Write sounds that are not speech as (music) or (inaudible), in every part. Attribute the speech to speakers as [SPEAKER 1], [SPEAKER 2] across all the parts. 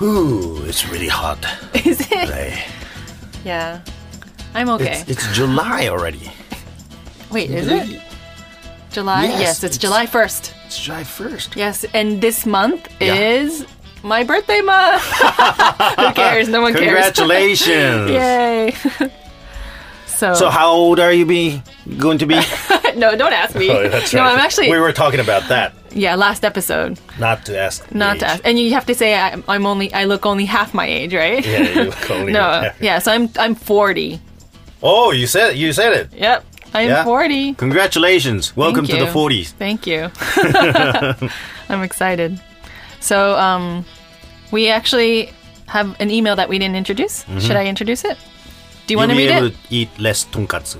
[SPEAKER 1] Ooh, it's really hot
[SPEAKER 2] (laughs) Is it?
[SPEAKER 1] today.
[SPEAKER 2] Yeah. I'm okay.
[SPEAKER 1] It's, it's July already.
[SPEAKER 2] Wait, is it? July?
[SPEAKER 1] Yes,
[SPEAKER 2] Yes,
[SPEAKER 1] it's-
[SPEAKER 2] it's, July 1st.
[SPEAKER 1] It's July 1st.
[SPEAKER 2] Yes, and this month
[SPEAKER 1] Yeah.
[SPEAKER 2] is my birthday month. (laughs) Who cares? No one cares. (laughs)
[SPEAKER 1] Congratulations.
[SPEAKER 2] Yay. so,
[SPEAKER 1] So how old are you be going to be?
[SPEAKER 2] (laughs) no, don't ask me.
[SPEAKER 1] Oh,
[SPEAKER 2] no, I'm actually
[SPEAKER 1] We were talking about that,
[SPEAKER 2] yeah, last episode.
[SPEAKER 1] not to ask. the
[SPEAKER 2] Not
[SPEAKER 1] age.
[SPEAKER 2] to ask. And you have to say I'm, I'm only I look only half my age, right?
[SPEAKER 1] (laughs) Yeah, you only
[SPEAKER 2] (laughs) no. Yeah, so I'm I'm 40.
[SPEAKER 1] Oh, you said you said it.
[SPEAKER 2] Yep. I'm
[SPEAKER 1] Yeah.
[SPEAKER 2] 40.
[SPEAKER 1] Congratulations. Welcome
[SPEAKER 2] Thank
[SPEAKER 1] to the
[SPEAKER 2] you.
[SPEAKER 1] 40s.
[SPEAKER 2] Thank
[SPEAKER 1] (laughs)
[SPEAKER 2] you. (laughs) I'm excited. So, um, we actually have an email that we didn't introduce. Should I introduce it? Do you
[SPEAKER 1] Mm-hmm. You'll
[SPEAKER 2] want to
[SPEAKER 1] be
[SPEAKER 2] read
[SPEAKER 1] able
[SPEAKER 2] it?
[SPEAKER 1] to eat less tonkatsu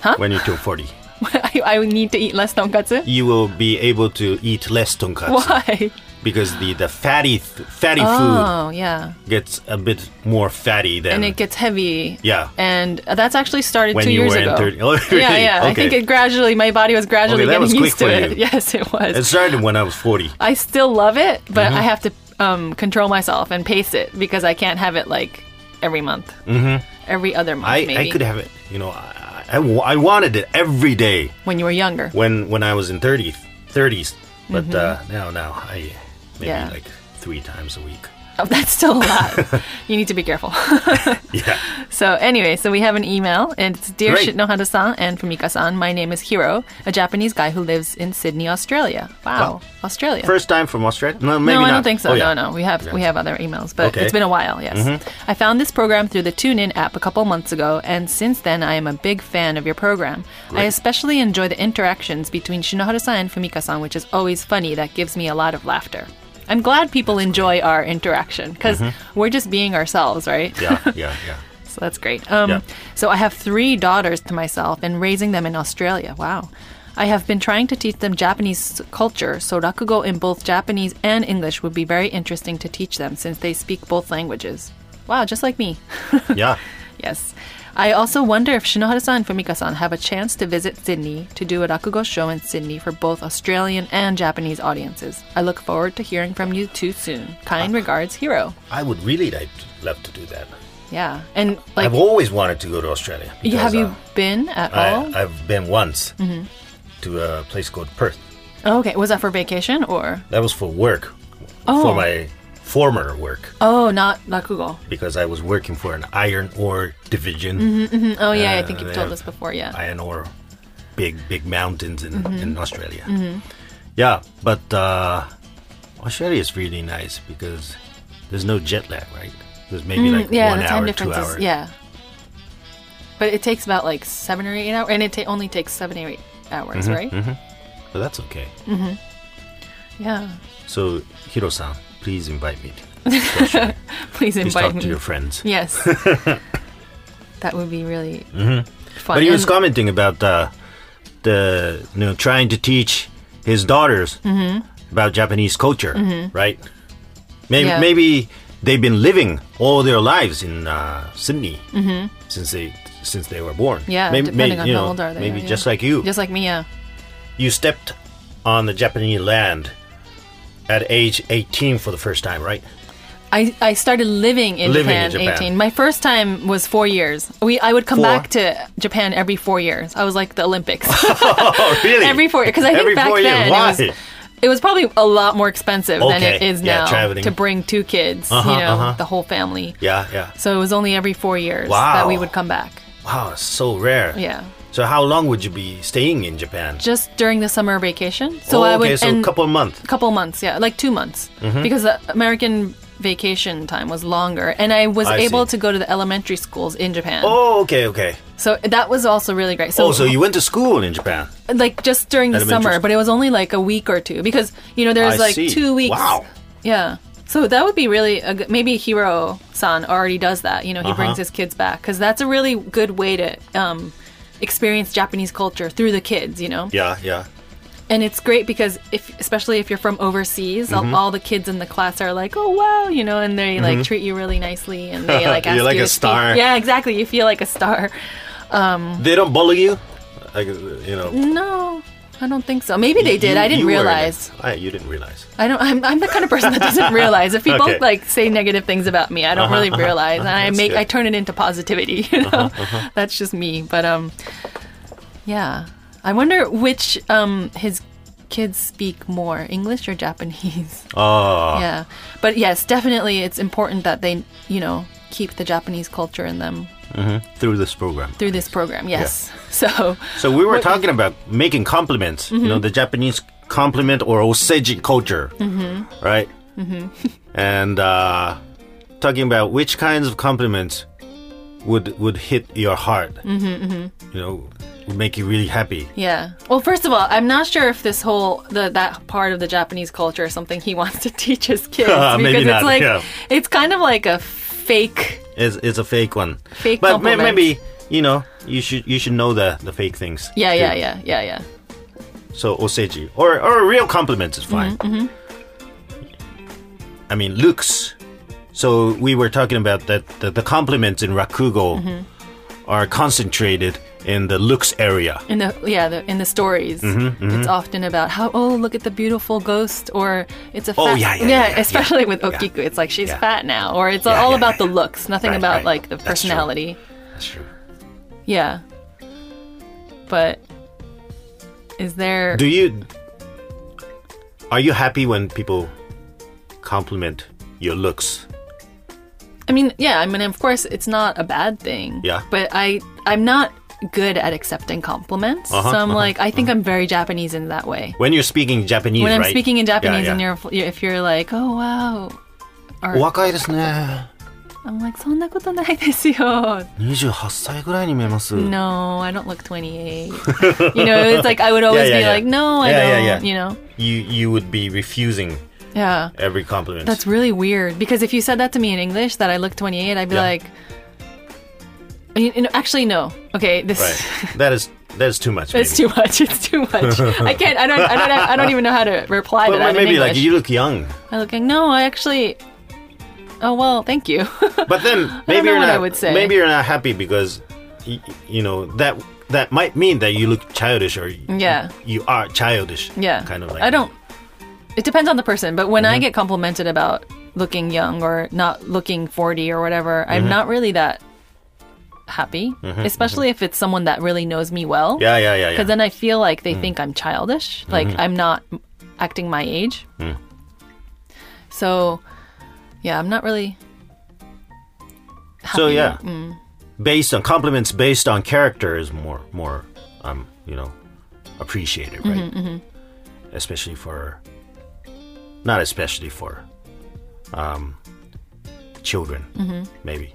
[SPEAKER 2] Huh?
[SPEAKER 1] when you turn 40.
[SPEAKER 2] (laughs) I, I need to eat less tonkatsu.
[SPEAKER 1] You will be able to eat less tonkatsu (laughs)
[SPEAKER 2] Why?
[SPEAKER 1] because the, the fatty th- fatty
[SPEAKER 2] Oh, yeah.
[SPEAKER 1] food gets a bit more fatty than
[SPEAKER 2] And it gets heavy.
[SPEAKER 1] Yeah.
[SPEAKER 2] And that's actually started
[SPEAKER 1] When
[SPEAKER 2] two
[SPEAKER 1] you
[SPEAKER 2] years
[SPEAKER 1] were in
[SPEAKER 2] ago.
[SPEAKER 1] thirty- (laughs) Oh,
[SPEAKER 2] Yeah,
[SPEAKER 1] really?
[SPEAKER 2] yeah. I think
[SPEAKER 1] Okay.
[SPEAKER 2] it gradually, my body was gradually
[SPEAKER 1] Okay, that
[SPEAKER 2] getting
[SPEAKER 1] was quick
[SPEAKER 2] used to
[SPEAKER 1] for
[SPEAKER 2] it.
[SPEAKER 1] you.
[SPEAKER 2] (laughs) Yes, it was.
[SPEAKER 1] It started when I was 40.
[SPEAKER 2] I still love it, but
[SPEAKER 1] Mm-hmm.
[SPEAKER 2] I have to um, control myself and pace it because I can't have it like every month, mm-hmm. every other month.
[SPEAKER 1] I,
[SPEAKER 2] maybe
[SPEAKER 1] I could have it, you know, I, I, wa- I wanted it every day
[SPEAKER 2] when you were younger.
[SPEAKER 1] when when I was in 30, 30s. But uh, now, now, I maybe
[SPEAKER 2] Mm-hmm. Yeah.
[SPEAKER 1] like three times a week. (laughs)
[SPEAKER 2] Oh, that's still a lot. you need to be careful. (laughs)
[SPEAKER 1] Yeah.
[SPEAKER 2] so anyway, so we have an email, and it's dear
[SPEAKER 1] Great.
[SPEAKER 2] Shinohara-san and Fumika-san. My name is Hiro, a Japanese guy who lives in Sydney, Australia. Wow,
[SPEAKER 1] Wow.
[SPEAKER 2] Australia.
[SPEAKER 1] First time from Australia? No, maybe
[SPEAKER 2] no,
[SPEAKER 1] not.
[SPEAKER 2] I don't think so.
[SPEAKER 1] Oh, yeah.
[SPEAKER 2] No, no, we have we have other emails, but
[SPEAKER 1] Okay. Mm-hmm.
[SPEAKER 2] it's been a while. Yes, I found this program through the TuneIn app a couple months ago, and since then I am a big fan of your program. I especially enjoy the interactions between Shinohara-san and Fumika-san, which is always funny. That gives me a lot of laughter. I'm glad people enjoy our interaction because we're just being ourselves, right?
[SPEAKER 1] Mm-hmm.
[SPEAKER 2] (laughs)
[SPEAKER 1] Yeah, yeah, yeah.
[SPEAKER 2] So that's great. Um,
[SPEAKER 1] Yeah.
[SPEAKER 2] So I have three daughters to myself and raising them in Australia. Wow. I have been trying to teach them Japanese culture, so rakugo in both Japanese and English would be very interesting to teach them since they speak both languages. Wow, just like me. (laughs)
[SPEAKER 1] Yeah.
[SPEAKER 2] yes. I also wonder if Shinohara-san and Fumika-san have a chance to visit Sydney to do a rakugo show in Sydney for both Australian and Japanese audiences. I look forward to hearing from you too soon. Kind
[SPEAKER 1] Ah.
[SPEAKER 2] regards, Hiro.
[SPEAKER 1] I would really like to, love to do that.
[SPEAKER 2] Yeah, and like,
[SPEAKER 1] I've always wanted to go to Australia.
[SPEAKER 2] you-
[SPEAKER 1] because,
[SPEAKER 2] have you
[SPEAKER 1] uh,
[SPEAKER 2] been at all? Mm-hmm.
[SPEAKER 1] I, I've been once to a place called Perth.
[SPEAKER 2] Oh, okay, was that for vacation or?
[SPEAKER 1] That was for work, for
[SPEAKER 2] Oh.
[SPEAKER 1] my former work,
[SPEAKER 2] Oh, not Rakugo.
[SPEAKER 1] because I was working for an iron ore division.
[SPEAKER 2] Oh yeah, I
[SPEAKER 1] Uh,
[SPEAKER 2] think you've
[SPEAKER 1] they
[SPEAKER 2] told
[SPEAKER 1] have
[SPEAKER 2] us before. Yeah.
[SPEAKER 1] iron ore, big big mountains in,
[SPEAKER 2] Mm-hmm.
[SPEAKER 1] in Australia. Yeah, but uh, Australia is really nice because there's no jet lag, right? There's maybe like
[SPEAKER 2] Mm, yeah,
[SPEAKER 1] one
[SPEAKER 2] the time
[SPEAKER 1] hour, two
[SPEAKER 2] difference
[SPEAKER 1] hours.
[SPEAKER 2] is yeah. But it takes about like seven or eight hours, and it ta- only takes seven or eight hours,
[SPEAKER 1] Mm-hmm,
[SPEAKER 2] right?
[SPEAKER 1] but that's okay.
[SPEAKER 2] Mm. Yeah. (laughs)
[SPEAKER 1] So Hiro-san, please invite me. To,
[SPEAKER 2] Please
[SPEAKER 1] please
[SPEAKER 2] invite
[SPEAKER 1] talk
[SPEAKER 2] me.
[SPEAKER 1] to your friends.
[SPEAKER 2] (laughs)
[SPEAKER 1] (laughs)
[SPEAKER 2] Yes. that would be really fun.
[SPEAKER 1] Mm-hmm. But he was
[SPEAKER 2] And-
[SPEAKER 1] commenting about uh, the you know trying to teach his daughters
[SPEAKER 2] Mm-hmm.
[SPEAKER 1] about Japanese culture, right? Maybe
[SPEAKER 2] Yeah.
[SPEAKER 1] maybe they've been living all their lives in uh, Sydney since they since they were born.
[SPEAKER 2] Mm-hmm. Yeah,
[SPEAKER 1] maybe,
[SPEAKER 2] depending
[SPEAKER 1] may-
[SPEAKER 2] on
[SPEAKER 1] you
[SPEAKER 2] how
[SPEAKER 1] know,
[SPEAKER 2] old are they,
[SPEAKER 1] Maybe
[SPEAKER 2] yeah.
[SPEAKER 1] just like you,
[SPEAKER 2] just like me, yeah.
[SPEAKER 1] you stepped on the Japanese land at age 18 for the first time, right? (laughs)
[SPEAKER 2] I, I started living in
[SPEAKER 1] Living in
[SPEAKER 2] Japan,
[SPEAKER 1] Japan.
[SPEAKER 2] 18. My first time was four years. We I would come
[SPEAKER 1] Four?
[SPEAKER 2] back to Japan every four years. I was like the Olympics.
[SPEAKER 1] (laughs) Oh, really?
[SPEAKER 2] every four because I think
[SPEAKER 1] Every
[SPEAKER 2] back
[SPEAKER 1] four years.
[SPEAKER 2] then
[SPEAKER 1] Why?
[SPEAKER 2] It, was, it was probably a lot more expensive than it
[SPEAKER 1] Okay.
[SPEAKER 2] is
[SPEAKER 1] Yeah,
[SPEAKER 2] now
[SPEAKER 1] traveling.
[SPEAKER 2] to bring two kids,
[SPEAKER 1] Uh-huh,
[SPEAKER 2] you know,
[SPEAKER 1] uh-huh.
[SPEAKER 2] the whole family.
[SPEAKER 1] yeah, yeah.
[SPEAKER 2] So it was only every four years
[SPEAKER 1] Wow.
[SPEAKER 2] that we would come back.
[SPEAKER 1] Wow, it's so rare.
[SPEAKER 2] Yeah.
[SPEAKER 1] So how long would you be staying in Japan?
[SPEAKER 2] Just during the summer vacation. So
[SPEAKER 1] Oh,
[SPEAKER 2] I would
[SPEAKER 1] okay, so a
[SPEAKER 2] and
[SPEAKER 1] couple Mm-hmm. of months.
[SPEAKER 2] couple months, yeah, like two months, because the American vacation time was longer, and I was
[SPEAKER 1] I
[SPEAKER 2] able
[SPEAKER 1] see.
[SPEAKER 2] to go to the elementary schools in Japan.
[SPEAKER 1] Oh, okay, okay.
[SPEAKER 2] So that was also really great. So,
[SPEAKER 1] Oh, so you went to school in Japan?
[SPEAKER 2] like just during the
[SPEAKER 1] Elementary
[SPEAKER 2] summer,
[SPEAKER 1] school.
[SPEAKER 2] but it was only like a week or two because you know there's
[SPEAKER 1] I
[SPEAKER 2] like
[SPEAKER 1] see.
[SPEAKER 2] two weeks.
[SPEAKER 1] Wow.
[SPEAKER 2] Yeah. So that would be really a good, maybe Hiro San already does that. You know, he
[SPEAKER 1] Uh-huh.
[SPEAKER 2] brings his kids back because that's a really good way to um, experience Japanese culture through the kids. You know,
[SPEAKER 1] Yeah, yeah.
[SPEAKER 2] and it's great because if especially if you're from overseas,
[SPEAKER 1] Mm-hmm.
[SPEAKER 2] all, all the kids in the class are like, "Oh wow," you know, and they like treat you really nicely
[SPEAKER 1] (laughs)
[SPEAKER 2] and they like
[SPEAKER 1] You're
[SPEAKER 2] ask
[SPEAKER 1] like
[SPEAKER 2] you
[SPEAKER 1] a
[SPEAKER 2] to speak.
[SPEAKER 1] star.
[SPEAKER 2] Yeah, exactly. You feel like a star. (laughs)
[SPEAKER 1] They don't bully you? Like, you know,
[SPEAKER 2] No, I I don't think so. Maybe they
[SPEAKER 1] You-
[SPEAKER 2] did. I didn't
[SPEAKER 1] you were in it.
[SPEAKER 2] realize.
[SPEAKER 1] I, you didn't realize.
[SPEAKER 2] I don't. I'm, I'm the kind of person that doesn't
[SPEAKER 1] (laughs)
[SPEAKER 2] realize if people
[SPEAKER 1] Okay. Uh-huh.
[SPEAKER 2] like say negative things about me. I don't really realize, and I
[SPEAKER 1] That's
[SPEAKER 2] make
[SPEAKER 1] good. Uh-huh,
[SPEAKER 2] I turn it into positivity. (laughs) You know, that's just me. But um, yeah. I wonder which um his kids speak more English or Japanese.
[SPEAKER 1] Oh,
[SPEAKER 2] Yeah, but yes, definitely, it's important that they you know keep the Japanese culture in them
[SPEAKER 1] through this program.
[SPEAKER 2] through this program. Yes. (laughs) So
[SPEAKER 1] So we were talking about making compliments. You
[SPEAKER 2] Mm-hmm.
[SPEAKER 1] know, the Japanese compliment or oseji culture, mm-hmm. right? Mm-hmm.
[SPEAKER 2] (laughs)
[SPEAKER 1] and uh, talking about which kinds of compliments would would hit your heart. Mm-hmm, You know, would make you really happy.
[SPEAKER 2] Yeah. Well, first of all, I'm not sure if this whole the, that part of the Japanese culture is something he (laughs) wants to teach his kids because
[SPEAKER 1] (laughs) Maybe
[SPEAKER 2] it's
[SPEAKER 1] not,
[SPEAKER 2] like
[SPEAKER 1] yeah.
[SPEAKER 2] it's kind of like a fake.
[SPEAKER 1] It's, it's a fake one.
[SPEAKER 2] Fake
[SPEAKER 1] but may-
[SPEAKER 2] compliment.
[SPEAKER 1] maybe you know you should you should know the the fake things.
[SPEAKER 2] Yeah,
[SPEAKER 1] too.
[SPEAKER 2] yeah, yeah, yeah, yeah.
[SPEAKER 1] So oseji or or real compliments is fine.
[SPEAKER 2] Mm-hmm,
[SPEAKER 1] I mean looks. So we were talking about that the, the compliments in rakugo
[SPEAKER 2] Mm-hmm.
[SPEAKER 1] are concentrated in the looks area.
[SPEAKER 2] In the yeah, the, in the stories,
[SPEAKER 1] Mm-hmm,
[SPEAKER 2] it's often about how oh look at the beautiful ghost or it's a fat,
[SPEAKER 1] Oh, yeah, yeah, yeah, yeah,
[SPEAKER 2] especially
[SPEAKER 1] yeah,
[SPEAKER 2] with Okiku, it's like she's
[SPEAKER 1] yeah.
[SPEAKER 2] fat now or it's
[SPEAKER 1] Yeah,
[SPEAKER 2] all
[SPEAKER 1] yeah,
[SPEAKER 2] about the
[SPEAKER 1] yeah.
[SPEAKER 2] looks, nothing
[SPEAKER 1] Right,
[SPEAKER 2] about
[SPEAKER 1] right.
[SPEAKER 2] like the
[SPEAKER 1] That's true.
[SPEAKER 2] personality.
[SPEAKER 1] That's true.
[SPEAKER 2] Yeah. But is there
[SPEAKER 1] Do you are you happy when people compliment your looks?
[SPEAKER 2] I mean, yeah, I mean, of course, it's not a bad thing.
[SPEAKER 1] Yeah.
[SPEAKER 2] But I, I'm not good at accepting compliments.
[SPEAKER 1] Uh-huh,
[SPEAKER 2] so I'm like, I think I'm very Japanese in that way.
[SPEAKER 1] When you're speaking Japanese,
[SPEAKER 2] When I'm
[SPEAKER 1] right?
[SPEAKER 2] speaking in
[SPEAKER 1] Yeah,
[SPEAKER 2] Japanese,
[SPEAKER 1] yeah.
[SPEAKER 2] and you're, if you're like, oh wow, or
[SPEAKER 1] お若いですね。
[SPEAKER 2] I'm
[SPEAKER 1] (laughs)
[SPEAKER 2] like, そんなことないですよ.
[SPEAKER 1] 28歳ぐらいに見えます。
[SPEAKER 2] No, I don't look 28. you know, it's like I would always
[SPEAKER 1] yeah,
[SPEAKER 2] be
[SPEAKER 1] yeah.
[SPEAKER 2] like, no, I
[SPEAKER 1] Yeah, yeah,
[SPEAKER 2] don't.
[SPEAKER 1] yeah.
[SPEAKER 2] You know,
[SPEAKER 1] You you would be refusing
[SPEAKER 2] yeah.
[SPEAKER 1] every compliment.
[SPEAKER 2] That's really weird because if you said that to me in English that I look 28, I'd be
[SPEAKER 1] Yeah.
[SPEAKER 2] like, you you know, actually no. Okay, this.
[SPEAKER 1] right.
[SPEAKER 2] (laughs)
[SPEAKER 1] That is that is too much.
[SPEAKER 2] It's
[SPEAKER 1] maybe.
[SPEAKER 2] too much. It's too much. I can't. I don't. I don't. I don't even know how to reply to
[SPEAKER 1] But
[SPEAKER 2] that.
[SPEAKER 1] maybe
[SPEAKER 2] in
[SPEAKER 1] like
[SPEAKER 2] English.
[SPEAKER 1] you look young,
[SPEAKER 2] I look like no. I actually. Oh well, thank you. (laughs)
[SPEAKER 1] but then maybe
[SPEAKER 2] know
[SPEAKER 1] you're
[SPEAKER 2] what
[SPEAKER 1] not.
[SPEAKER 2] I would say.
[SPEAKER 1] Maybe you're not happy because y- you know that that might mean that you look childish or y-
[SPEAKER 2] Yeah.
[SPEAKER 1] you are childish.
[SPEAKER 2] Mm. yeah,
[SPEAKER 1] kind of like Mm-hmm.
[SPEAKER 2] I don't. It depends on the person, but when I get complimented about looking young or not looking forty or whatever,
[SPEAKER 1] Mm-hmm.
[SPEAKER 2] I'm not really that happy. Especially
[SPEAKER 1] Mm-hmm.
[SPEAKER 2] if it's someone that really knows me well.
[SPEAKER 1] Yeah, yeah, yeah, Mm. Mm-hmm. yeah.
[SPEAKER 2] Because then I feel like they think I'm childish, like I'm not m- acting my age.
[SPEAKER 1] Mm.
[SPEAKER 2] So, yeah, I'm not really.
[SPEAKER 1] so yeah,
[SPEAKER 2] Mm.
[SPEAKER 1] based on compliments, based on character is more more um you know appreciated, right?
[SPEAKER 2] Mm-hmm,
[SPEAKER 1] Especially for not especially for um children,
[SPEAKER 2] Mm-hmm.
[SPEAKER 1] maybe.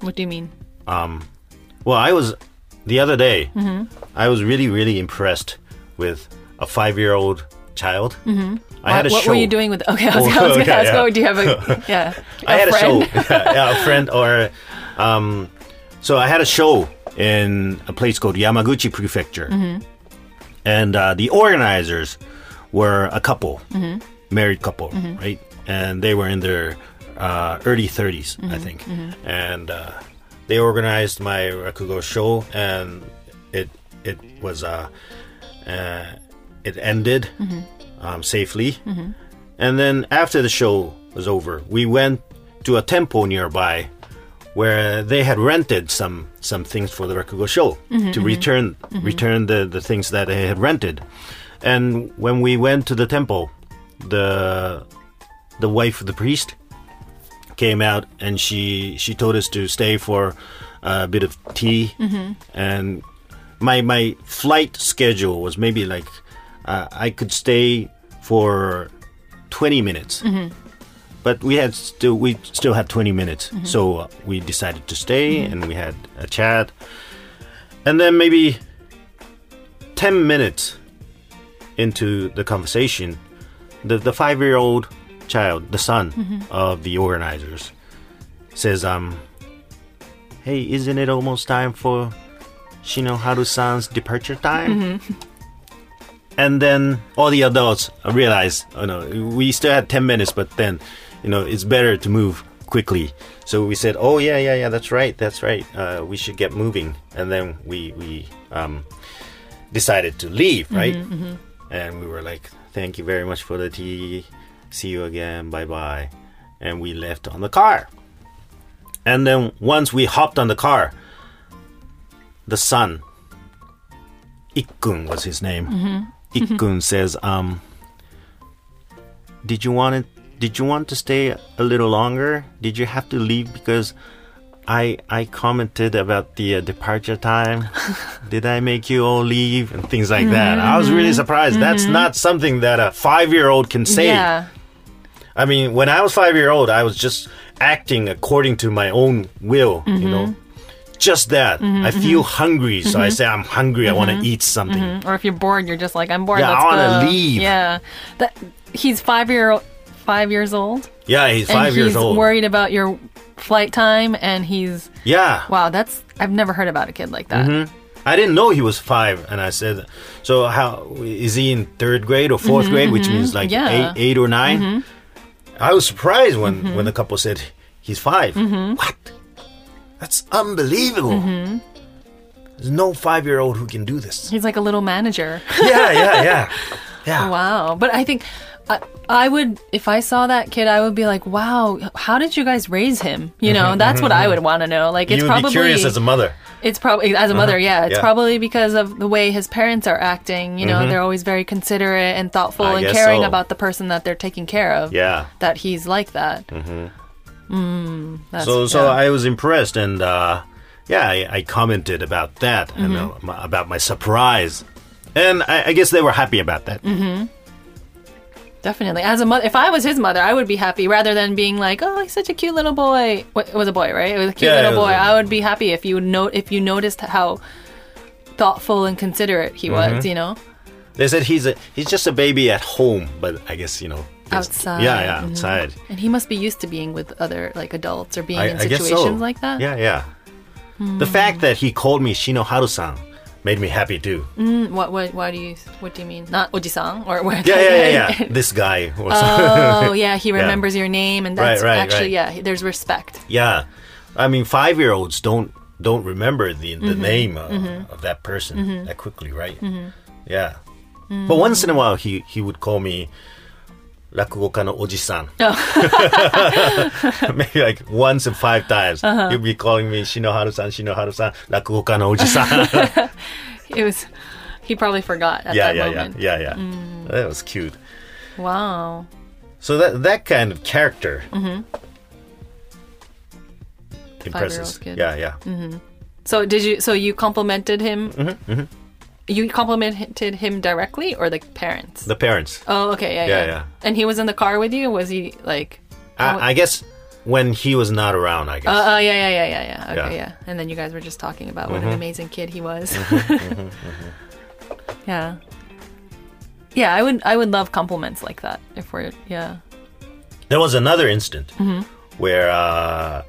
[SPEAKER 2] What do you mean?
[SPEAKER 1] Well, I was the other day.
[SPEAKER 2] Mm-hmm.
[SPEAKER 1] I was really, really impressed with a five-year-old child. Mm-hmm. I had a
[SPEAKER 2] what what
[SPEAKER 1] show.
[SPEAKER 2] were you doing with? Okay, I was,
[SPEAKER 1] Oh,
[SPEAKER 2] I was
[SPEAKER 1] (laughs)
[SPEAKER 2] gonna
[SPEAKER 1] okay,
[SPEAKER 2] ask.
[SPEAKER 1] yeah.
[SPEAKER 2] Oh, do you have (laughs) a? Yeah,
[SPEAKER 1] I had
[SPEAKER 2] friend?
[SPEAKER 1] a show. (laughs) yeah, yeah, a friend or, um, so I had a show in a place called Yamaguchi Prefecture,
[SPEAKER 2] Mm-hmm.
[SPEAKER 1] and uh, the organizers were a couple,
[SPEAKER 2] Mm-hmm.
[SPEAKER 1] married couple, right? And they were in their uh, early 30s, I
[SPEAKER 2] Mm-hmm.
[SPEAKER 1] think, and uh, they organized my rakugo show, and it it was uh, uh, it ended
[SPEAKER 2] Mm-hmm.
[SPEAKER 1] um, safely. And then after the show was over, we went to a temple nearby where they had rented some some things for the Rakugo show to return return the, the things that they had rented. And when we went to the temple, the the wife of the priest came out and she she told us to stay for a bit of tea and my my flight schedule was maybe like uh, I could stay for 20 minutes but we had still we still had 20 minutes so uh, we decided to stay and we had a chat and then maybe 10 minutes into the conversation the, the five-year-old child the son of the organizers says um hey isn't it almost time for shinoharu-san's departure time (laughs) and then all the adults realized, oh no, we still had 10 minutes, but then, you know, it's better to move quickly. So we said, oh yeah, yeah, yeah, that's right, that's right. Uh, we should get moving. And then we we um, decided to leave, right? And we were like, "Thank you very much for the tea. See you again. Bye bye." And we left on the car. And then once we hopped on the car, the son, Ikkun was his name. Ikkun says, um, "Did you want it? Did you want to stay a little longer? Did you have to leave because I I commented about the uh, departure time? Did I make you all leave and things like that?" I was really surprised. That's not something that a five-year-old can say.
[SPEAKER 2] Yeah.
[SPEAKER 1] I mean, when I was five year old, I was just acting according to my own will, you
[SPEAKER 2] Mm-hmm.
[SPEAKER 1] know. Just that. I feel hungry, so I say I'm hungry. I want to
[SPEAKER 2] Mm-hmm.
[SPEAKER 1] eat something.
[SPEAKER 2] Mm, Or if you're bored, you're just like, I'm bored.
[SPEAKER 1] Yeah, I
[SPEAKER 2] let's
[SPEAKER 1] wanna
[SPEAKER 2] go.
[SPEAKER 1] leave.
[SPEAKER 2] Yeah, that he's five year old, five years old,
[SPEAKER 1] Yeah, he's
[SPEAKER 2] and
[SPEAKER 1] five
[SPEAKER 2] he's
[SPEAKER 1] years old.
[SPEAKER 2] worried about your flight time, and he's
[SPEAKER 1] yeah,
[SPEAKER 2] wow. That's I've never heard about a kid like that.
[SPEAKER 1] Mm-hmm. I didn't know he was five, and I said, "So how is he in third grade or 4th grade, which means like
[SPEAKER 2] Mm-hmm, Yeah. Mm-hmm.
[SPEAKER 1] eight, eight or 9 I was surprised when when the couple said he's 5
[SPEAKER 2] Mm-hmm.
[SPEAKER 1] What? That's unbelievable. There's no five year old who can do
[SPEAKER 2] (laughs)
[SPEAKER 1] this.
[SPEAKER 2] He's like a little manager.
[SPEAKER 1] yeah, yeah, yeah, yeah.
[SPEAKER 2] Wow. But I think I, I would, if I saw that kid, I would be like, wow, how did you guys raise him? You know, that's what I would want to know. Like,
[SPEAKER 1] Mm-hmm.
[SPEAKER 2] it's
[SPEAKER 1] you would be
[SPEAKER 2] probably
[SPEAKER 1] curious as a mother.
[SPEAKER 2] it's probably as a mother, yeah, it's
[SPEAKER 1] yeah. Mm-hmm.
[SPEAKER 2] probably because of the way his parents are acting. You know, they're always very considerate and thoughtful
[SPEAKER 1] I
[SPEAKER 2] and
[SPEAKER 1] guess
[SPEAKER 2] caring
[SPEAKER 1] so.
[SPEAKER 2] about the person that they're taking care of.
[SPEAKER 1] Yeah.
[SPEAKER 2] That he's like that. Mm-hmm. that's,
[SPEAKER 1] So so
[SPEAKER 2] yeah.
[SPEAKER 1] I was impressed, and uh, yeah, I, I commented about that and uh,
[SPEAKER 2] Mm-hmm.
[SPEAKER 1] my, about my surprise, and I, I guess they were happy about that.
[SPEAKER 2] Mm-hmm. definitely as a mother. If I was his mother, I would be happy rather than being like, "Oh, he's such a cute little boy." What, it was a boy, right? It was a cute
[SPEAKER 1] Yeah,
[SPEAKER 2] little
[SPEAKER 1] it was
[SPEAKER 2] boy.
[SPEAKER 1] a-
[SPEAKER 2] I would be happy if you note if you noticed how thoughtful and considerate he
[SPEAKER 1] Mm-hmm.
[SPEAKER 2] was. You know,
[SPEAKER 1] They said he's a he's just a baby at home, but I guess you know he's-
[SPEAKER 2] Outside,
[SPEAKER 1] Yeah, yeah,
[SPEAKER 2] mhm.
[SPEAKER 1] outside.
[SPEAKER 2] and he must be used to being with other like adults or being
[SPEAKER 1] I,
[SPEAKER 2] in
[SPEAKER 1] I guess
[SPEAKER 2] situations
[SPEAKER 1] so.
[SPEAKER 2] like that. Hmm.
[SPEAKER 1] Yeah, yeah. The fact that he called me Shinoharu-san made me happy
[SPEAKER 2] (laughs)
[SPEAKER 1] too.
[SPEAKER 2] Mm, What, what, why do you, what do you mean? Not Oji-san? Or what?
[SPEAKER 1] Yeah, yeah, yeah, yeah. this guy or something.
[SPEAKER 2] (laughs)
[SPEAKER 1] (laughs)
[SPEAKER 2] oh, yeah, he remembers your name and that's
[SPEAKER 1] Right, right,
[SPEAKER 2] actually,
[SPEAKER 1] right.
[SPEAKER 2] yeah, there's respect.
[SPEAKER 1] Yeah, I mean, five year olds don't don't remember the the
[SPEAKER 2] Mm-hmm.
[SPEAKER 1] name uh, of that person that quickly, right? Yeah,
[SPEAKER 2] Mm-hmm.
[SPEAKER 1] but once in a while he he would call me. Rakugoka no ojisan.
[SPEAKER 2] Oh.
[SPEAKER 1] (laughs)
[SPEAKER 2] (laughs)
[SPEAKER 1] Maybe like once in five times.
[SPEAKER 2] Uh-huh.
[SPEAKER 1] He'll be calling me Shinoharu-san, Shinoharu-san, Rakugoka no
[SPEAKER 2] (laughs)
[SPEAKER 1] ojisan.
[SPEAKER 2] It was, he probably forgot at
[SPEAKER 1] yeah,
[SPEAKER 2] that
[SPEAKER 1] yeah, yeah,
[SPEAKER 2] moment. Mm.
[SPEAKER 1] yeah, yeah. That was cute.
[SPEAKER 2] Wow.
[SPEAKER 1] So that that kind of character
[SPEAKER 2] Mm-hmm.
[SPEAKER 1] impresses.
[SPEAKER 2] Five-year-old kid. Mm.
[SPEAKER 1] Yeah, yeah.
[SPEAKER 2] So did you, so you complimented him?
[SPEAKER 1] Mm-hmm,
[SPEAKER 2] You complimented him directly or the parents?
[SPEAKER 1] The parents.
[SPEAKER 2] oh, okay, yeah, yeah,
[SPEAKER 1] Yeah, yeah.
[SPEAKER 2] And he was in the car with you? Was he like,
[SPEAKER 1] I, I guess when he was not around, I guess.
[SPEAKER 2] oh, oh, yeah, yeah, yeah, yeah, yeah, okay, yeah.
[SPEAKER 1] Yeah. Mm-hmm.
[SPEAKER 2] And then you guys were just talking about what an amazing kid he was. (laughs) Yeah. Yeah, I would I would love compliments like that if we're yeah.
[SPEAKER 1] there was another instant where uh,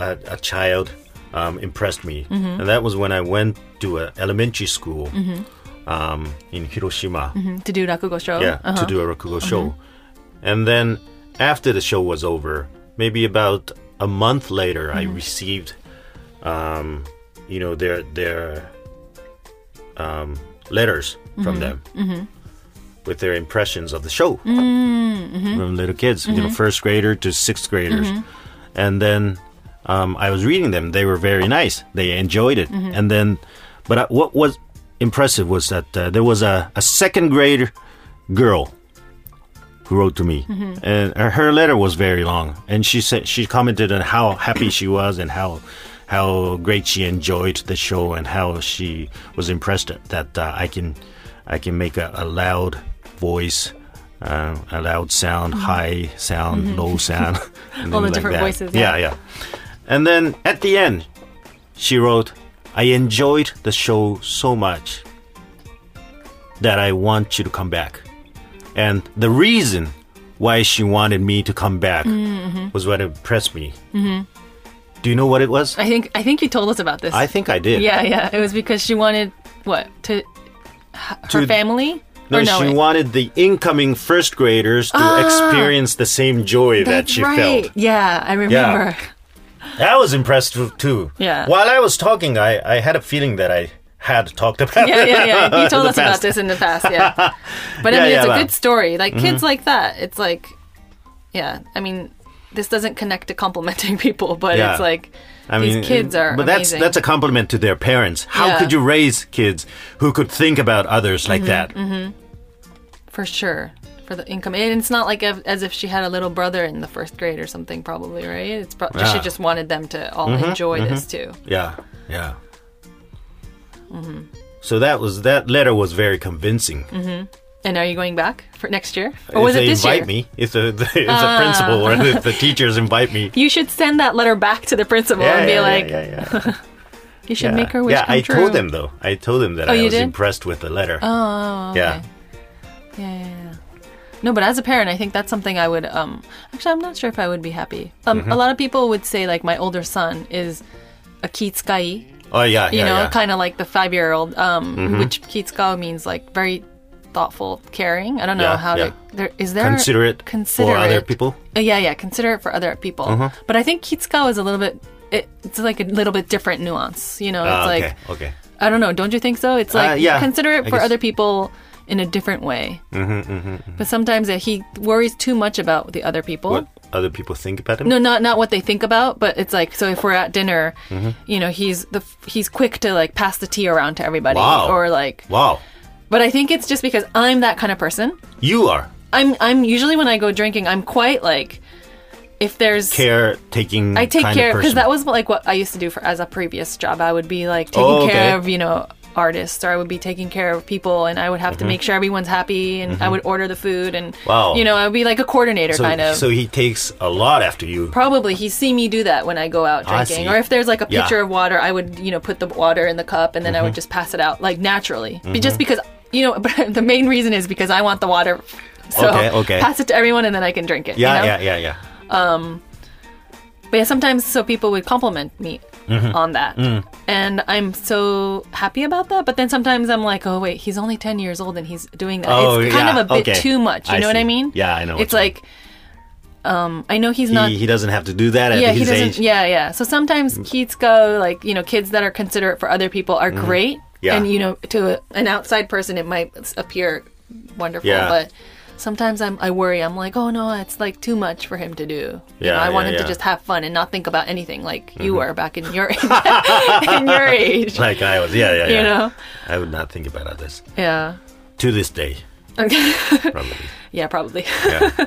[SPEAKER 1] a, a child um, impressed me, and that was when I went to a elementary school um, in Hiroshima.
[SPEAKER 2] to do rakugo show.
[SPEAKER 1] Mm-hmm. Yeah,
[SPEAKER 2] Uh-huh.
[SPEAKER 1] to do a rakugo show, and then after the show was over, maybe about a month later, I received, um, you know, their their um, letters from them with their impressions of the show from little kids, you know, first grader to sixth graders, and then um, I was reading them. They were very nice. They enjoyed it, and then, but I, what was impressive was that uh, there was a, a second grader girl who wrote to me,
[SPEAKER 2] Mm-hmm.
[SPEAKER 1] and her, her letter was very long, and she said she commented on how happy she was and how. How great she enjoyed the show, and how she was impressed that uh, I can, I can make a, a loud voice, uh, a loud sound, high sound, low
[SPEAKER 2] (laughs)
[SPEAKER 1] sound, (laughs) and
[SPEAKER 2] Mm-hmm. All the
[SPEAKER 1] things
[SPEAKER 2] different
[SPEAKER 1] that.
[SPEAKER 2] voices,
[SPEAKER 1] Yeah,
[SPEAKER 2] yeah.
[SPEAKER 1] yeah. And then at the end, she wrote, "I enjoyed the show so much that I want you to come back." And the reason why she wanted me to come back
[SPEAKER 2] Mm, mm-hmm.
[SPEAKER 1] was what impressed me. Do you know what it was?
[SPEAKER 2] I think I think you told us about this.
[SPEAKER 1] I think I did.
[SPEAKER 2] yeah, yeah. It was because she wanted what to h- her
[SPEAKER 1] To-
[SPEAKER 2] family.
[SPEAKER 1] No,
[SPEAKER 2] or no,
[SPEAKER 1] she
[SPEAKER 2] it- Ah,
[SPEAKER 1] wanted the incoming first graders to experience the same joy that
[SPEAKER 2] That's
[SPEAKER 1] she
[SPEAKER 2] right.
[SPEAKER 1] felt.
[SPEAKER 2] Yeah, I
[SPEAKER 1] (laughs)
[SPEAKER 2] remember.
[SPEAKER 1] That was impressive too.
[SPEAKER 2] Yeah.
[SPEAKER 1] While I was talking, I, I had a feeling that I had talked about.
[SPEAKER 2] Yeah, yeah, yeah. You told
[SPEAKER 1] in the
[SPEAKER 2] us about
[SPEAKER 1] past.
[SPEAKER 2] this in the past,
[SPEAKER 1] (laughs)
[SPEAKER 2] yeah.
[SPEAKER 1] Yeah,
[SPEAKER 2] But I mean,
[SPEAKER 1] yeah, Mm-hmm.
[SPEAKER 2] it's a
[SPEAKER 1] but-
[SPEAKER 2] good story. Like kids like that, it's like, yeah. I mean, this doesn't connect to complimenting (laughs) people, but
[SPEAKER 1] Yeah.
[SPEAKER 2] it's like
[SPEAKER 1] I
[SPEAKER 2] (laughs) these
[SPEAKER 1] mean,
[SPEAKER 2] kids are.
[SPEAKER 1] But
[SPEAKER 2] amazing.
[SPEAKER 1] that's that's a compliment to their parents. How
[SPEAKER 2] Yeah. Mm-hmm,
[SPEAKER 1] could you raise kids who could think about others like that?
[SPEAKER 2] for sure for the income, and it's not like ev- as if she had a little brother in the first grade or something. Probably right. It's pro-
[SPEAKER 1] Yeah. Mm-hmm,
[SPEAKER 2] she just wanted them to all enjoy this too.
[SPEAKER 1] Yeah, yeah. So that was that letter was very convincing.
[SPEAKER 2] And are you going back for next year, Mm-hmm. or was
[SPEAKER 1] if
[SPEAKER 2] it
[SPEAKER 1] they
[SPEAKER 2] this
[SPEAKER 1] invite
[SPEAKER 2] year? Ah.
[SPEAKER 1] me, if the, the, if the principal or the, the teachers invite
[SPEAKER 2] (laughs)
[SPEAKER 1] me,
[SPEAKER 2] You should send that letter back to the principal and be like,
[SPEAKER 1] yeah, yeah, yeah.
[SPEAKER 2] "You should make her wish
[SPEAKER 1] Yeah,
[SPEAKER 2] come
[SPEAKER 1] I
[SPEAKER 2] true." Oh,
[SPEAKER 1] told them though. I told them that I
[SPEAKER 2] you
[SPEAKER 1] was
[SPEAKER 2] did?
[SPEAKER 1] impressed with the letter.
[SPEAKER 2] Oh, okay.
[SPEAKER 1] yeah,
[SPEAKER 2] Yeah, yeah, yeah. No, but as a parent, I think that's something I would. Um, actually, I'm not sure if I would be happy. Um,
[SPEAKER 1] Mm-hmm.
[SPEAKER 2] a lot of people would say like my older son is a kitsukai,
[SPEAKER 1] oh yeah, yeah,
[SPEAKER 2] you know,
[SPEAKER 1] yeah. Mm-hmm.
[SPEAKER 2] kind of like the five year old, um, which kitsukai means like very thoughtful, caring. I don't know
[SPEAKER 1] Yeah,
[SPEAKER 2] how
[SPEAKER 1] yeah.
[SPEAKER 2] to. There is there
[SPEAKER 1] considerate, for other
[SPEAKER 2] considerate.
[SPEAKER 1] people. Uh-huh.
[SPEAKER 2] Uh, yeah, yeah, consider it for other people. But I think kitsukai is a little bit. It, it's like a little bit different nuance, you know. It's
[SPEAKER 1] Ah,
[SPEAKER 2] like Oh.
[SPEAKER 1] okay, okay.
[SPEAKER 2] I don't know. Don't you think so? It's like
[SPEAKER 1] Uh, yeah,
[SPEAKER 2] consider
[SPEAKER 1] I
[SPEAKER 2] it for
[SPEAKER 1] guess.
[SPEAKER 2] other people in a different way. Mm-hmm, But sometimes uh, he worries too much about the other people.
[SPEAKER 1] What other people think about him?
[SPEAKER 2] No, not not what they think about, but it's like so. If we're at dinner,
[SPEAKER 1] Mm-hmm.
[SPEAKER 2] you know, he's the he's quick to like pass the tea around to everybody,
[SPEAKER 1] Wow.
[SPEAKER 2] or like.
[SPEAKER 1] Wow,
[SPEAKER 2] But I think it's just because I'm that kind of person.
[SPEAKER 1] you are
[SPEAKER 2] I'm I'm usually when I go drinking, I'm quite like, if there's
[SPEAKER 1] caretaking.
[SPEAKER 2] I take
[SPEAKER 1] kind
[SPEAKER 2] care
[SPEAKER 1] of
[SPEAKER 2] because
[SPEAKER 1] person.
[SPEAKER 2] that was like what I used to do for as a previous job. I would be like taking
[SPEAKER 1] Oh, okay.
[SPEAKER 2] care of you know artists, or I would be taking care of people, and I would have to make sure everyone's happy, and I would order the food, and
[SPEAKER 1] Mm-hmm. Wow.
[SPEAKER 2] you know I would be like a coordinator
[SPEAKER 1] so,
[SPEAKER 2] kind of.
[SPEAKER 1] so he takes a lot after you.
[SPEAKER 2] Probably he see me do that when I go out
[SPEAKER 1] I
[SPEAKER 2] drinking,
[SPEAKER 1] see.
[SPEAKER 2] or if there's like a
[SPEAKER 1] Yeah. Mm-hmm.
[SPEAKER 2] pitcher of water, I would you know put the water in the cup and then I would just pass it out like naturally, But just because you know. (laughs) But the main reason is because I want the water, so
[SPEAKER 1] Okay, okay.
[SPEAKER 2] pass it to everyone and then I can drink it.
[SPEAKER 1] yeah,
[SPEAKER 2] you know?
[SPEAKER 1] yeah, yeah, yeah.
[SPEAKER 2] But yeah, sometimes so people would compliment me
[SPEAKER 1] Mm-hmm.
[SPEAKER 2] on that.
[SPEAKER 1] Mm.
[SPEAKER 2] And I'm so happy about that. But then sometimes I'm like, oh, wait, he's only 10 years old and he's doing that.
[SPEAKER 1] Oh,
[SPEAKER 2] it's kind
[SPEAKER 1] yeah,
[SPEAKER 2] of a bit
[SPEAKER 1] okay.
[SPEAKER 2] too much. You
[SPEAKER 1] I
[SPEAKER 2] know what I
[SPEAKER 1] see.
[SPEAKER 2] mean?
[SPEAKER 1] Yeah, I know what
[SPEAKER 2] It's
[SPEAKER 1] you mean.
[SPEAKER 2] like, um, I know he's not.
[SPEAKER 1] he, he doesn't have to do that at
[SPEAKER 2] yeah, he
[SPEAKER 1] his
[SPEAKER 2] doesn't.
[SPEAKER 1] age. Mm.
[SPEAKER 2] Yeah, yeah. So sometimes kids go, like, you know, kids that are considerate for other people are great.
[SPEAKER 1] Mm-hmm. Yeah.
[SPEAKER 2] And, you know, to a, an outside person, it might s- appear wonderful.
[SPEAKER 1] Yeah.
[SPEAKER 2] But sometimes I'm, I worry. I'm like, oh, no, it's like too much for him to do. You
[SPEAKER 1] Yeah,
[SPEAKER 2] know, I want
[SPEAKER 1] yeah,
[SPEAKER 2] him
[SPEAKER 1] yeah. Mm-hmm.
[SPEAKER 2] to just have fun and not think about anything like you were back in your, (laughs) in your
[SPEAKER 1] (laughs)
[SPEAKER 2] age.
[SPEAKER 1] Like I was, yeah, yeah, yeah.
[SPEAKER 2] You know?
[SPEAKER 1] I would not think about others
[SPEAKER 2] Yeah. (laughs)
[SPEAKER 1] to this day,
[SPEAKER 2] Okay.
[SPEAKER 1] probably.
[SPEAKER 2] yeah, probably. (laughs)
[SPEAKER 1] Yeah.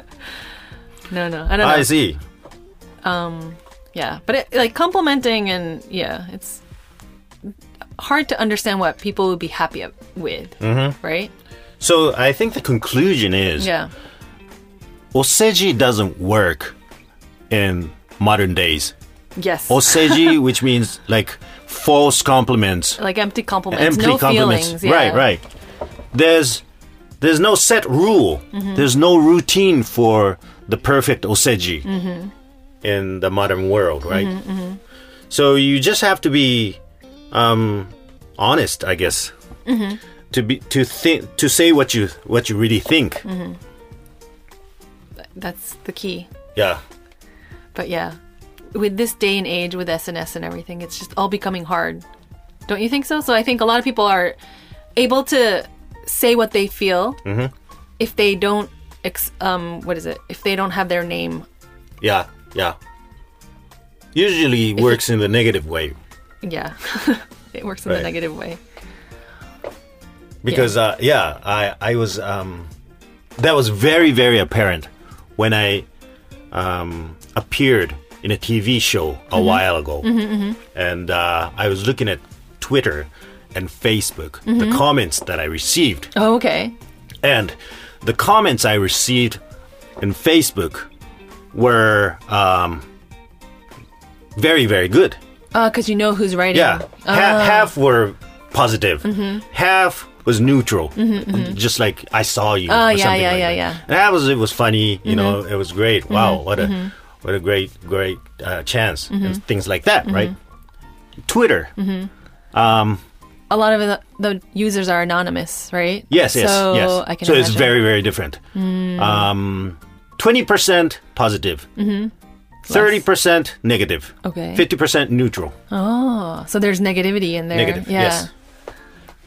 [SPEAKER 2] no, no. I don't know.
[SPEAKER 1] I see.
[SPEAKER 2] Yeah, but it, like complimenting and yeah, it's hard to understand what people would be happy ab- with,
[SPEAKER 1] Mm-hmm.
[SPEAKER 2] right?
[SPEAKER 1] So I think the conclusion is
[SPEAKER 2] Yeah,
[SPEAKER 1] oseji doesn't work in modern days.
[SPEAKER 2] yes, (laughs)
[SPEAKER 1] Oseji, which means like false compliments,
[SPEAKER 2] like empty compliments,
[SPEAKER 1] empty
[SPEAKER 2] no
[SPEAKER 1] compliments.
[SPEAKER 2] feelings. Yeah.
[SPEAKER 1] Right, right. There's there's no set rule.
[SPEAKER 2] Mm-hmm.
[SPEAKER 1] There's no routine for the perfect oseji
[SPEAKER 2] Mm-hmm.
[SPEAKER 1] in the modern world, right? So you just have to be um, honest, I guess.
[SPEAKER 2] Mm-hmm.
[SPEAKER 1] To be to think to say what you what you really think.
[SPEAKER 2] Mm-hmm. That's the key.
[SPEAKER 1] Yeah.
[SPEAKER 2] But yeah, with this day and age, with SNS and everything, it's just all becoming hard. Don't you think so? So I think a lot of people are able to say what they feel
[SPEAKER 1] Mm-hmm.
[SPEAKER 2] if they don't, ex- um, what is it? If they don't have their name
[SPEAKER 1] Yeah, yeah. Usually works in the negative way
[SPEAKER 2] Yeah. (laughs) it works in
[SPEAKER 1] Right.
[SPEAKER 2] the negative way.
[SPEAKER 1] because uh, yeah, I I was um, that was very very apparent when I um, appeared in a TV show a while ago, and uh, I was looking at Twitter and Facebook, the comments that I received,
[SPEAKER 2] Oh, okay.
[SPEAKER 1] and the comments I received in Facebook were um, very very good.
[SPEAKER 2] Because Uh, you know who's writing. Uh,
[SPEAKER 1] Yeah, Ha- half were positive,
[SPEAKER 2] Mm-hmm.
[SPEAKER 1] half was neutral. Just like I saw you.
[SPEAKER 2] Oh,
[SPEAKER 1] or
[SPEAKER 2] yeah,
[SPEAKER 1] something
[SPEAKER 2] yeah,
[SPEAKER 1] like
[SPEAKER 2] yeah,
[SPEAKER 1] that.
[SPEAKER 2] yeah. Mm-hmm.
[SPEAKER 1] And that was it was funny. You know, it was great. Wow, what a what a great great uh, chance
[SPEAKER 2] Mm-hmm.
[SPEAKER 1] and things like that, right? Twitter.
[SPEAKER 2] A lot of the, the users are anonymous, right?
[SPEAKER 1] Yes, yes,
[SPEAKER 2] so
[SPEAKER 1] yes.
[SPEAKER 2] I can
[SPEAKER 1] so it's
[SPEAKER 2] imagine. Mm.
[SPEAKER 1] very very different. Um, twenty percent positive. Thirty percent negative.
[SPEAKER 2] Mm-hmm. Okay.
[SPEAKER 1] Fifty percent neutral.
[SPEAKER 2] Oh, so there's negativity in there.
[SPEAKER 1] Negative.
[SPEAKER 2] Yeah.
[SPEAKER 1] Yes.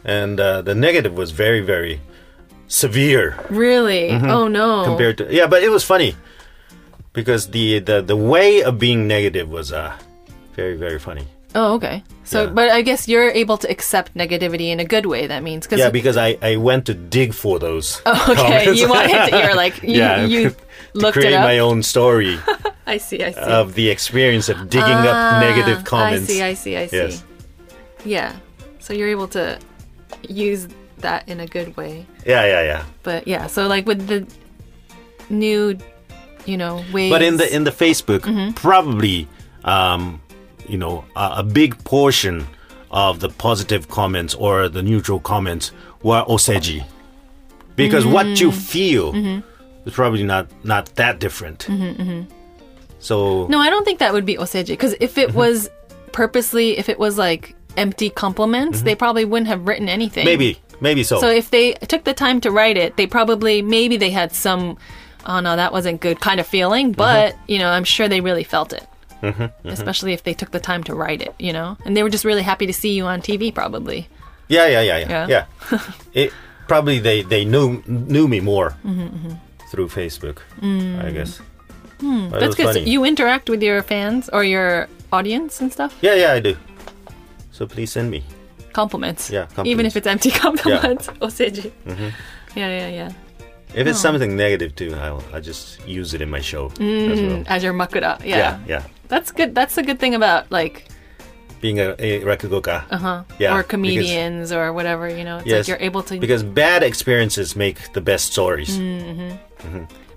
[SPEAKER 1] and uh, the negative was very very severe
[SPEAKER 2] Really? Oh no.
[SPEAKER 1] Mm-hmm. compared to yeah but it was funny because the the, the way of being negative was uh very very funny
[SPEAKER 2] oh, okay. So,
[SPEAKER 1] Yeah.
[SPEAKER 2] but I guess you're able to accept negativity in a good way. That means because
[SPEAKER 1] yeah
[SPEAKER 2] (laughs)
[SPEAKER 1] because i i went to dig for those
[SPEAKER 2] Oh, okay,
[SPEAKER 1] (laughs) comments.
[SPEAKER 2] you wanted to, you're like you,
[SPEAKER 1] yeah (laughs)
[SPEAKER 2] you
[SPEAKER 1] to
[SPEAKER 2] looked
[SPEAKER 1] create
[SPEAKER 2] it up.
[SPEAKER 1] my own story
[SPEAKER 2] (laughs) I see. I see.
[SPEAKER 1] of the experience of digging up negative comments
[SPEAKER 2] Ah, I see. I see. I see.
[SPEAKER 1] Yes.
[SPEAKER 2] Yeah. So you're able to use that in a good way.
[SPEAKER 1] yeah yeah yeah
[SPEAKER 2] But yeah, so like with the new, you know, ways.
[SPEAKER 1] but in the in the Facebook,
[SPEAKER 2] Mm-hmm.
[SPEAKER 1] probably, um, you know, a, a big portion of the positive comments or the neutral comments were oseji, because what
[SPEAKER 2] Mm-hmm.
[SPEAKER 1] you feel is probably not not that different. So
[SPEAKER 2] Mm-hmm, no, I don't think that would be oseji because if
[SPEAKER 1] Mm-hmm.
[SPEAKER 2] it was purposely, if it was like empty compliments, they probably wouldn't have written anything.
[SPEAKER 1] Mm-hmm. maybe maybe so.
[SPEAKER 2] So if they took the time to write it, they probably maybe they had some, oh no, that wasn't good kind of
[SPEAKER 1] Mm-hmm.
[SPEAKER 2] feeling, but you know, I'm sure they really felt it. Especially if they took the time to write it, you know, and they were just really happy to see you on TV, probably.
[SPEAKER 1] yeah yeah yeah yeah
[SPEAKER 2] Yeah.
[SPEAKER 1] yeah.
[SPEAKER 2] (laughs)
[SPEAKER 1] it probably they they knew knew me more
[SPEAKER 2] Mm-hmm,
[SPEAKER 1] through Facebook, I guess. But it
[SPEAKER 2] Mm. Hmm,
[SPEAKER 1] was
[SPEAKER 2] That's good. So
[SPEAKER 1] funny.
[SPEAKER 2] you interact with your fans or your audience and stuff.
[SPEAKER 1] yeah yeah I do. So please send me.
[SPEAKER 2] Compliments.
[SPEAKER 1] Yeah,
[SPEAKER 2] Even
[SPEAKER 1] compliments.
[SPEAKER 2] if it's empty (laughs) compliments. Oseji.
[SPEAKER 1] Mm-hmm.
[SPEAKER 2] Yeah, yeah, yeah.
[SPEAKER 1] If it's
[SPEAKER 2] Oh.
[SPEAKER 1] something negative too, I'll, I just use it in my show as well.
[SPEAKER 2] As your makura. Mm, oh, Yeah.
[SPEAKER 1] Yeah, yeah.
[SPEAKER 2] That's good. That's the good thing about like
[SPEAKER 1] Being a, a rakugoka.
[SPEAKER 2] huh,
[SPEAKER 1] Yeah,
[SPEAKER 2] or
[SPEAKER 1] because-
[SPEAKER 2] comedians or whatever, you know. It's
[SPEAKER 1] Yes,
[SPEAKER 2] like you're able to
[SPEAKER 1] Because bad experiences make the best stories.
[SPEAKER 2] Mm.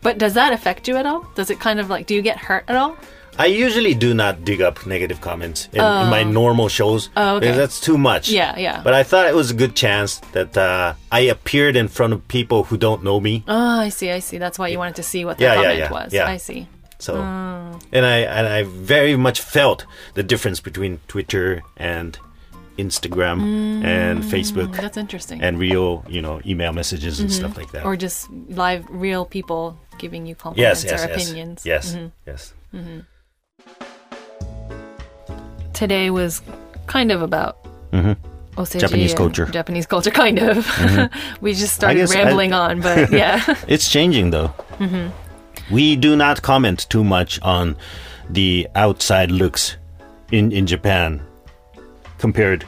[SPEAKER 2] But does that affect you at all? Does it kind of like, do you get hurt at all?
[SPEAKER 1] I usually do not dig up negative comments in, in my normal shows
[SPEAKER 2] Oh, okay.
[SPEAKER 1] because that's too much.
[SPEAKER 2] Yeah, yeah.
[SPEAKER 1] But I thought it was a good chance that uh, I appeared in front of people who don't know me.
[SPEAKER 2] oh, I see, I see. That's why you wanted to see what the
[SPEAKER 1] Yeah, yeah,
[SPEAKER 2] comment
[SPEAKER 1] yeah,
[SPEAKER 2] was.
[SPEAKER 1] yeah.
[SPEAKER 2] I see.
[SPEAKER 1] So,
[SPEAKER 2] Oh.
[SPEAKER 1] and I and I very much felt the difference between Twitter and Instagram
[SPEAKER 2] Mm.
[SPEAKER 1] and Facebook.
[SPEAKER 2] That's interesting.
[SPEAKER 1] and real, you know, email messages and stuff like that.
[SPEAKER 2] Mm-hmm. or just live, real people giving you compliments
[SPEAKER 1] yes, yes,
[SPEAKER 2] or
[SPEAKER 1] yes,
[SPEAKER 2] opinions. Mm-hmm.
[SPEAKER 1] yes, yes.
[SPEAKER 2] Today was kind of about oseji
[SPEAKER 1] Mm-hmm. Japanese
[SPEAKER 2] and
[SPEAKER 1] culture. Mm-hmm.
[SPEAKER 2] Japanese culture, (laughs) kind of. (laughs) we just
[SPEAKER 1] I
[SPEAKER 2] started
[SPEAKER 1] guess I-
[SPEAKER 2] rambling
[SPEAKER 1] (laughs)
[SPEAKER 2] on, but yeah.
[SPEAKER 1] It's changing though.
[SPEAKER 2] Mm-hmm.
[SPEAKER 1] We do not comment too much on the outside looks in in Japan compared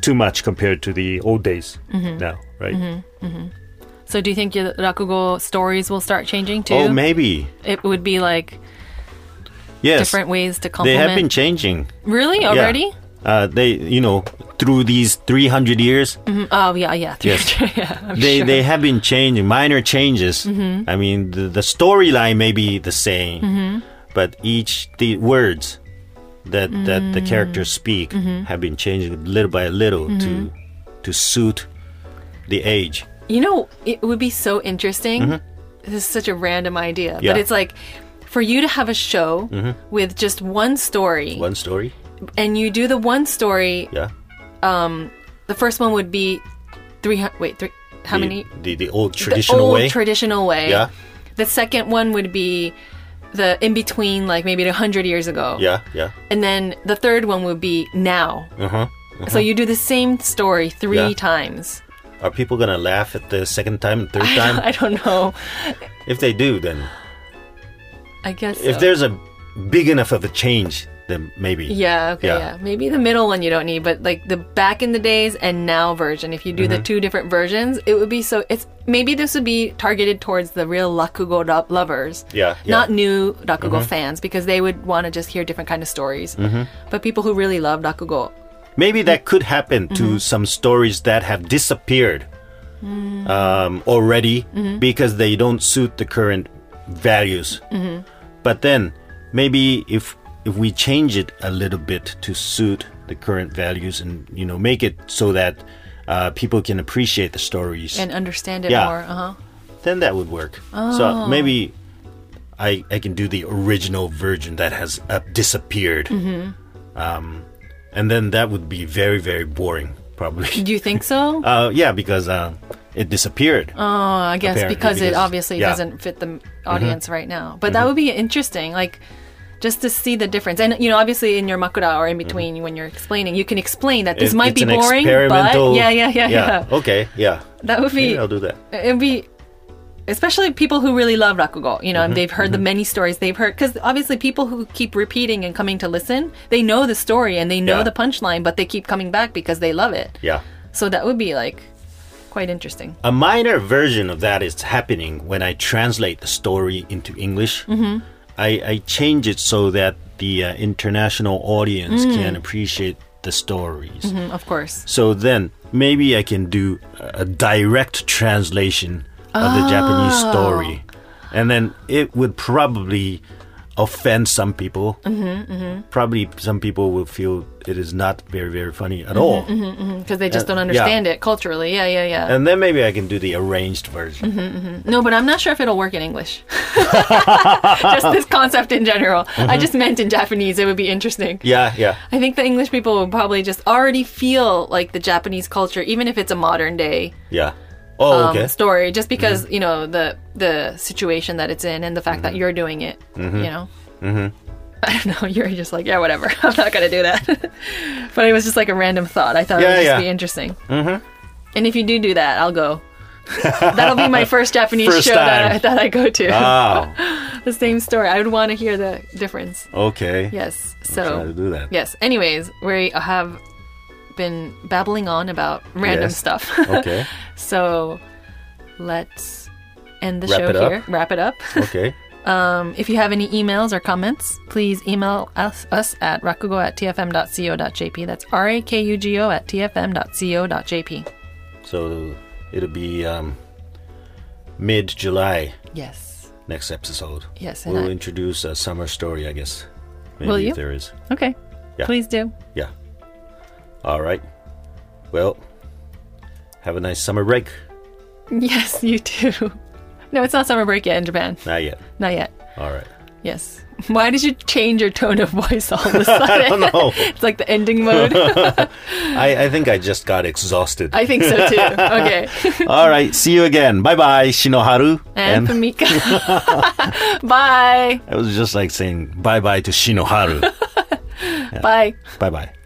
[SPEAKER 1] too much compared to the old days
[SPEAKER 2] Mm-hmm.
[SPEAKER 1] now, right?
[SPEAKER 2] so do you think your rakugo stories will start changing too?
[SPEAKER 1] Oh, maybe
[SPEAKER 2] It would be like
[SPEAKER 1] yes.
[SPEAKER 2] different ways to
[SPEAKER 1] they
[SPEAKER 2] compliment.
[SPEAKER 1] have been changing
[SPEAKER 2] really
[SPEAKER 1] Yeah.
[SPEAKER 2] already?
[SPEAKER 1] Uh, they, you know, through these three hundred years,
[SPEAKER 2] Oh yeah, yeah. (laughs)
[SPEAKER 1] Yes.
[SPEAKER 2] yeah I'm
[SPEAKER 1] (laughs) they
[SPEAKER 2] sure.
[SPEAKER 1] they have been changing minor changes
[SPEAKER 2] Mm-hmm.
[SPEAKER 1] i mean the, the storyline may be the same but each the words that that
[SPEAKER 2] Mm.
[SPEAKER 1] the characters speak
[SPEAKER 2] Mm-hmm.
[SPEAKER 1] have been changing little by little to to suit the age
[SPEAKER 2] You know, it would be so interesting. This is such a random idea,
[SPEAKER 1] Mm-hmm. Yeah. Mm-hmm.
[SPEAKER 2] but it's like for you to have a show with just one story,
[SPEAKER 1] one story
[SPEAKER 2] and you do the one story.
[SPEAKER 1] yeah
[SPEAKER 2] The first one would be three. hun- Wait, three. How
[SPEAKER 1] the,
[SPEAKER 2] many?
[SPEAKER 1] the the old traditional
[SPEAKER 2] the old
[SPEAKER 1] way
[SPEAKER 2] traditional way.
[SPEAKER 1] Yeah.
[SPEAKER 2] The second one would be the in between, like maybe a hundred years ago.
[SPEAKER 1] yeah yeah
[SPEAKER 2] And then the third one would be now.
[SPEAKER 1] uh-huh
[SPEAKER 2] So you do the same story three
[SPEAKER 1] Yeah.
[SPEAKER 2] times.
[SPEAKER 1] are people gonna laugh at the second time and third time
[SPEAKER 2] (laughs) I don't know.
[SPEAKER 1] if they do then
[SPEAKER 2] I guess
[SPEAKER 1] if
[SPEAKER 2] so.
[SPEAKER 1] there's a big enough of a change then maybe
[SPEAKER 2] Yeah, okay, yeah.
[SPEAKER 1] Yeah.
[SPEAKER 2] Maybe the middle one you don't need, but like the back in the days and now version, if you do
[SPEAKER 1] Mm-hmm.
[SPEAKER 2] the two different versions, it would be so it's maybe this would be targeted towards the real rakugo lo- lovers.
[SPEAKER 1] Yeah, yeah. Mm-hmm.
[SPEAKER 2] Not new rakugo fans because they would want to just hear different kind of stories. But people who really love rakugo.
[SPEAKER 1] Maybe that could happen to some stories that have disappeared um, already because they don't suit the current values. But then maybe if if we change it a little bit to suit the current values and you know make it so that uh, people can appreciate the stories,
[SPEAKER 2] And understand it
[SPEAKER 1] Yeah.
[SPEAKER 2] more. Uh-huh.
[SPEAKER 1] then that would work. So
[SPEAKER 2] Oh.
[SPEAKER 1] maybe I I can do the original version that has uh, disappeared, um,
[SPEAKER 2] Mm-hmm.
[SPEAKER 1] and then that would be very very boring probably. (laughs)
[SPEAKER 2] Do you think so?
[SPEAKER 1] Uh, yeah, because uh, it disappeared.
[SPEAKER 2] Oh, I guess
[SPEAKER 1] apparently,
[SPEAKER 2] because, it
[SPEAKER 1] because- Mm-hmm.
[SPEAKER 2] obviously
[SPEAKER 1] yeah.
[SPEAKER 2] doesn't fit the m- audience right now. But that would be interesting. Like just to see the difference. And you know, obviously in your makura or in between when you're explaining, you can explain that this
[SPEAKER 1] Mm-hmm. It-
[SPEAKER 2] might
[SPEAKER 1] it's
[SPEAKER 2] be
[SPEAKER 1] an
[SPEAKER 2] boring,
[SPEAKER 1] experimental.
[SPEAKER 2] but yeah, yeah, yeah,
[SPEAKER 1] yeah.
[SPEAKER 2] yeah.
[SPEAKER 1] Okay, yeah.
[SPEAKER 2] That would be
[SPEAKER 1] Maybe I'll do that.
[SPEAKER 2] it'd be especially people who really love rakugo you know
[SPEAKER 1] Mm-hmm.
[SPEAKER 2] and they've heard the many stories they've heard because obviously people who keep repeating and coming to listen they know the story and they know
[SPEAKER 1] Yeah.
[SPEAKER 2] the punchline but they keep coming back because they love it
[SPEAKER 1] Yeah.
[SPEAKER 2] so that would be like quite interesting
[SPEAKER 1] A minor version of that is happening when I translate the story into English. Mm-hmm. I, I change it so that the uh, international audience can appreciate the stories.
[SPEAKER 2] Mm, of course
[SPEAKER 1] So then maybe I can do a a direct translation of the Japanese story. And then it would probably offend some people. Mm-hmm, Probably some people will feel it is not very, very funny at all.
[SPEAKER 2] because they just
[SPEAKER 1] Uh,
[SPEAKER 2] don't
[SPEAKER 1] yeah.
[SPEAKER 2] understand it culturally yeah yeah yeah
[SPEAKER 1] And then maybe I can do the arranged version.
[SPEAKER 2] no but i'm not sure if it'll work in english
[SPEAKER 1] (laughs)
[SPEAKER 2] (laughs) just this concept in general i
[SPEAKER 1] Mm-hmm.
[SPEAKER 2] just meant in japanese it would be interesting
[SPEAKER 1] Yeah, yeah.
[SPEAKER 2] I think the English people would probably just already feel like the Japanese culture, even if it's a modern day
[SPEAKER 1] Yeah. Oh,
[SPEAKER 2] um,
[SPEAKER 1] okay.
[SPEAKER 2] story just because you know the the situation that it's in and the fact that
[SPEAKER 1] Mm-hmm.
[SPEAKER 2] you're doing it you know (laughs) i don't know you're just like yeah whatever (laughs) i'm not gonna do that (laughs) but it was just like a random thought i thought it
[SPEAKER 1] Yeah,
[SPEAKER 2] would just
[SPEAKER 1] yeah.
[SPEAKER 2] be interesting mm-hmm. and if you do do that i'll
[SPEAKER 1] (laughs)
[SPEAKER 2] go that'll be my first japanese
[SPEAKER 1] First
[SPEAKER 2] show that I,
[SPEAKER 1] time. Uh,
[SPEAKER 2] that I go to
[SPEAKER 1] Wow.
[SPEAKER 2] (laughs) the same story i would want to hear the difference
[SPEAKER 1] Okay.
[SPEAKER 2] yes
[SPEAKER 1] Try to
[SPEAKER 2] so
[SPEAKER 1] do
[SPEAKER 2] (laughs)
[SPEAKER 1] that.
[SPEAKER 2] yes anyways we have been babbling on about random
[SPEAKER 1] Yes. Oh,
[SPEAKER 2] stuff
[SPEAKER 1] Okay.
[SPEAKER 2] so let's end the
[SPEAKER 1] Wrap
[SPEAKER 2] show
[SPEAKER 1] it up.
[SPEAKER 2] here. Wrap it up.
[SPEAKER 1] Okay.
[SPEAKER 2] Um, if you have any emails or comments, please email us, us at rakugo at tfm.co.jp. That's R A K U G O at tfm.co.jp.
[SPEAKER 1] So it'll be um, mid July
[SPEAKER 2] Yes.
[SPEAKER 1] next episode.
[SPEAKER 2] Yes. And
[SPEAKER 1] We'll
[SPEAKER 2] I-
[SPEAKER 1] introduce a summer story, I guess. Maybe
[SPEAKER 2] Will
[SPEAKER 1] if
[SPEAKER 2] you?
[SPEAKER 1] there is.
[SPEAKER 2] okay.
[SPEAKER 1] Yeah.
[SPEAKER 2] Please do.
[SPEAKER 1] Yeah. All right. Well, have a nice summer break.
[SPEAKER 2] (laughs) Yes, you too. No, it's not summer break yet in Japan.
[SPEAKER 1] Not yet.
[SPEAKER 2] Not yet.
[SPEAKER 1] All
[SPEAKER 2] (laughs)
[SPEAKER 1] right.
[SPEAKER 2] Yes. Why did you change your tone of voice all of
[SPEAKER 1] (laughs)
[SPEAKER 2] a sudden?
[SPEAKER 1] I don't know.
[SPEAKER 2] it's like the ending mode.
[SPEAKER 1] Oh, (laughs) I, I think I just got exhausted.
[SPEAKER 2] I think so too. Okay.
[SPEAKER 1] All right. See you again. Bye bye, Shinoharu.
[SPEAKER 2] and for Mika. (laughs) Bye. (laughs)
[SPEAKER 1] I was just like saying bye bye to Shinoharu.
[SPEAKER 2] Bye.
[SPEAKER 1] bye bye.